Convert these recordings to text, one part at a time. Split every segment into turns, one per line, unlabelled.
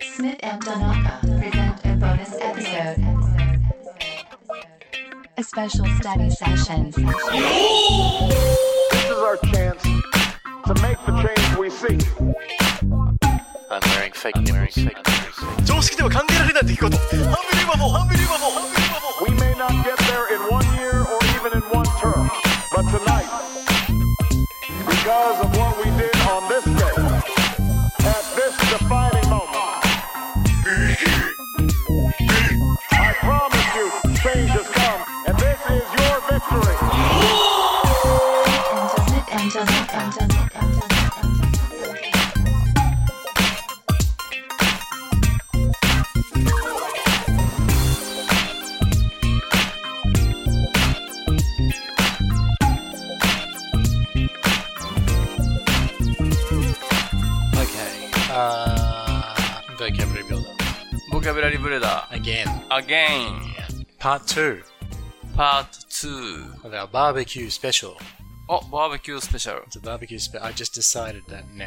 Smith and Donaka present a bonus episode. A special study session.
This is our chance to make the change we seek.
I'm wearing fake nipples. I'm
常識では考えられない出来事ハンビリーバボーハンビリーバボーハンビリーバボー
We may not get there in one year or even in one term, but tonight, because of what we did on this day, at this defining moment, I promise you, change has come, and this is your victory.
Smith and Donaka.
Okay. Uh, vocabulary builder.
Vocabulary Builder
Again.
Again
Part 2
Part 2
of our barbecue special.
お、バーベキュースペシャル
It's a barbecue special. I just decided that now.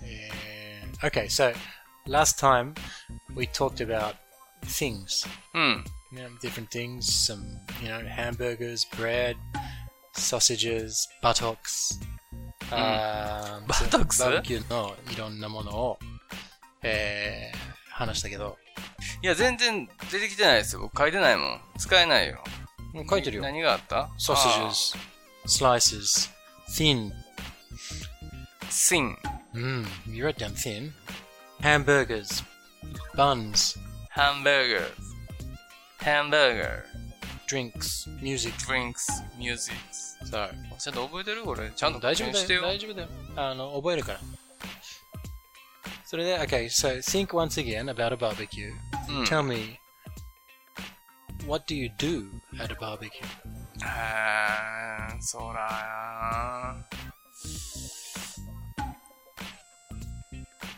And, okay, so last time we talked about things.
うん。
You know, different things. Some, you know, hamburgers, bread, sausages, buttocks. Um, so
バトックス
barbecue のいろんなものを、えー、話したけど、
いや、全然出てきてないですよ。僕書いてないもん。使えないよ。
もう書いてるよ。
何があった
sausages, slices, thin.
あー Thin.
Mm, you wrote down thin. Hamburgers, buns,
Hamburgers. Hamburger.
drinks, music.
Drinks. Music.
So,
ちゃんと覚えてる俺、ちゃんと
大
確
丈夫
認
だ
して
よ。
よ。
大丈夫だよ。あの、覚えるから。それで、okay, so think once again about a barbecue.
うん
Tell me, what do you do at a barbecue?
あー、そうだな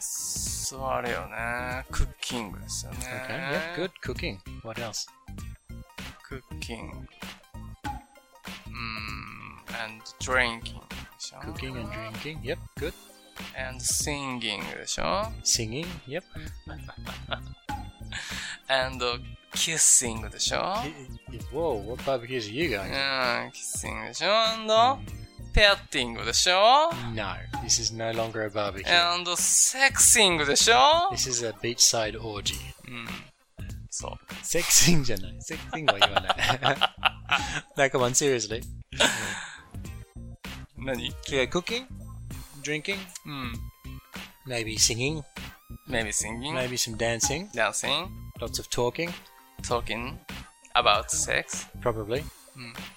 そうあれよね。クッキングですよね。
Okay, yeah, good cooking. What else?
クッキング。うん、and drinking でしょ。
Cooking and drinking. Yep, good.
and singing でしょ。
Singing. Yep.
and kissing でしょ。
Whoa, what barbecues are you
う
going to?
ん、kissing でしょ。and petting でしょ。
No, this is no longer a barbecue.
and sexing でしょ。
This is a beachside orgy.
うん。そう。
Sexing じゃない。Sexing は言わない。no, come on, seriously.
何
So yeah, cooking, drinking,
うん。
maybe singing,
maybe singing,
maybe some dancing,
dancing,
lots of talking,
talking about sex,
probably.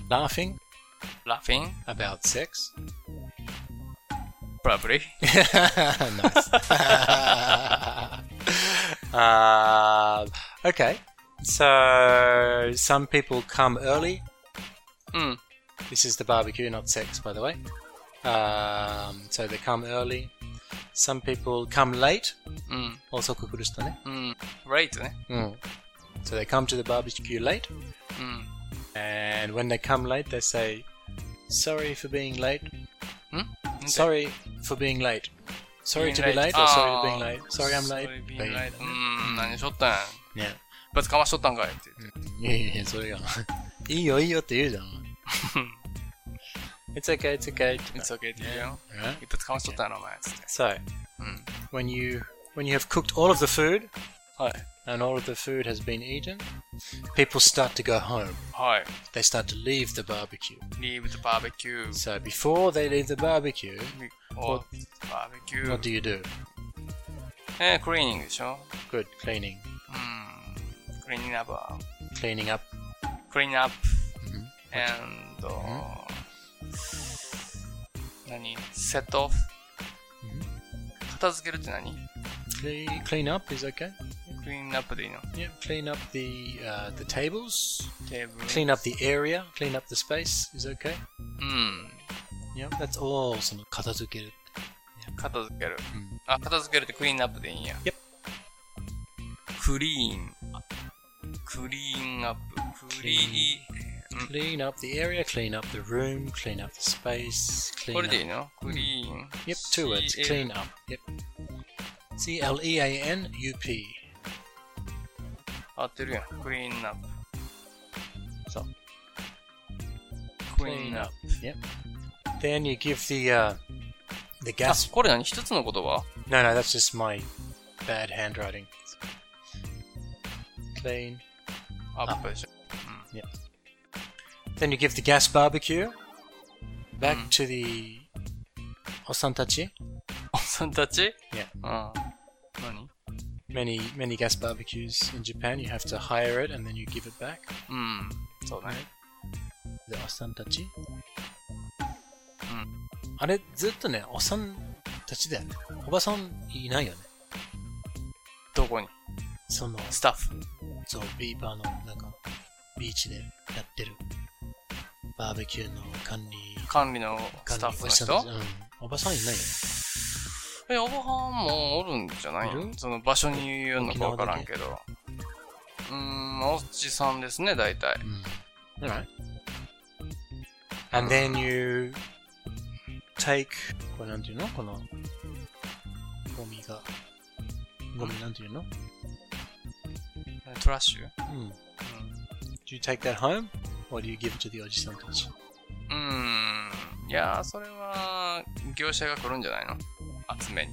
Laughing
laughing,
about sex.
probably.
nice. uh, okay. So, some people come early.
うん。
This is the barbecue, not sex, by the way. Um, so they come early. Some people come late.
うん。
Also, kukurustane.
うん。right eh? ね。
So they come to the barbecue late. Mm.
うん。
And when they come late, they say, Sorry for being late. Hmm?
ん
Sorry for being late. Sorry
Being
to be late, or sorry for being
Oh.
late. Sorry I'm late.
うーん、何しょったんや。
Yeah.
バツかましとったんかいって言って。
いやいやいや、 それが。いいよいいよって言うじ ゃん。it's okay, it's okay.
It's okay って言うよ。
Right?
一発かましとったんやろ、お前。つって。
So,
うん。
when you, when you have cooked all of the food,
はい。
and all of the food has been eaten, people start to go home.
はい。
They start to leave the barbecue.
Leave the barbecue.
So before they leave the barbecue,
or
what
barbecue. Eh,
do you do?
えー、クリーニングでしょ
Good, cleaning.
うん。クリーニングアップ。
Cleaning up.
クリーニングアップ。and, 何 ?set off? 片付けるって何
Cle- Clean up is okay.
クリーニングアップでいいの
Yeah, clean up the uh, the tables.
テーブル。
Clean up the area. Clean up the space is okay.
うん。
Yeah, that's all. その片付ける。
片付ける、
うん
あ片付けるってクリーンアップでいいんや、
Yep
クリーンクリーンアップクリーン
Clean up the area, clean up the room, clean up the space,
こ
clean
れ
up.
でいいのクリーン E
Yep, two words. Clean up. Yep. E C-L-E-A-N-U-P.
合ってるやん。クリーンアップ。
そう。
クリーンアップ。
Yep. Then you give the uh, the
あ
gas.、
これ何一つの言葉
No, no, that's just my bad handwriting. Clean.
アップでしょ。
Then you give the gas barbecue back
Mm.
to the osantachi.
おっさんたち
Yeah.
うん。何
Many many gas barbecues in Japan, you have to hire it and then you give it back.
うん。そうだね。
The osantachi.
うん。
あれずっとね、おっさんたちだよね。おばさんいないよね。
どこに
その、
スタッフ。
そう、ビーバーのなんか、ビーチでやってる。バーベキューの管理、
管理の
管
ス
理
タッフの
おっ
人
さんたちうん。おばさんいないよね。
え、おばはんもおるんじゃない
い
の
る
その場所に言うのかわからんけど。うーん、おっちさんですね、大体。
All right. And then you take これなんていうのこのゴミがゴミなんていうの
トラッシュ
うん。Do Hmm. you take that home or do you give it to the おじさんたち
うーん。いやー、それは、業者が来るんじゃないの集めに。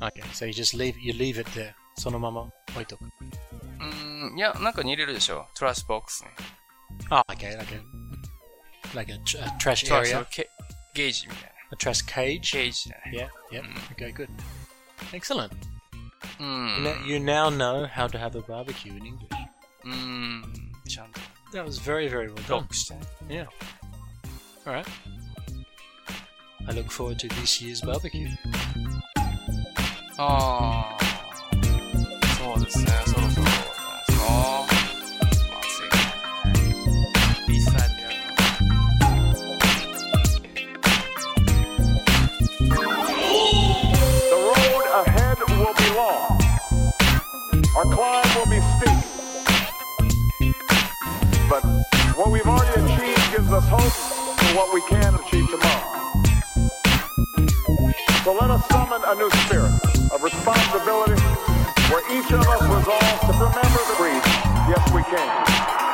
Okay, so you just leave, you leave it there. そのまま置いとく。
うーん、いや、なんかに入れるでしょ。トラッシュボックスに。
Ah, okay, like a, like a, tr- a trash
トラッシュ
area,
のケゲージみたいな。
a trash cage.
ゲージだね。
Yeah, yep. Okay, good. Excellent.
う
You
ん。
know- You now know how to have a barbecue in English.
うーん。ちゃんと
That was very, very well
ロ
done.
ックしてね。
Yeah. All right. I look forward to this year's barbecue.
ああ。そうですね、そろそろ。ああ。暑いね。ビーチサイドやるの。
The road ahead will be long. Our climb will be steep. But what we've already achieved gives us hope for what we can achieve tomorrow. So let us summon a new spirit of responsibility where each of us resolves to remember the creed, yes we can.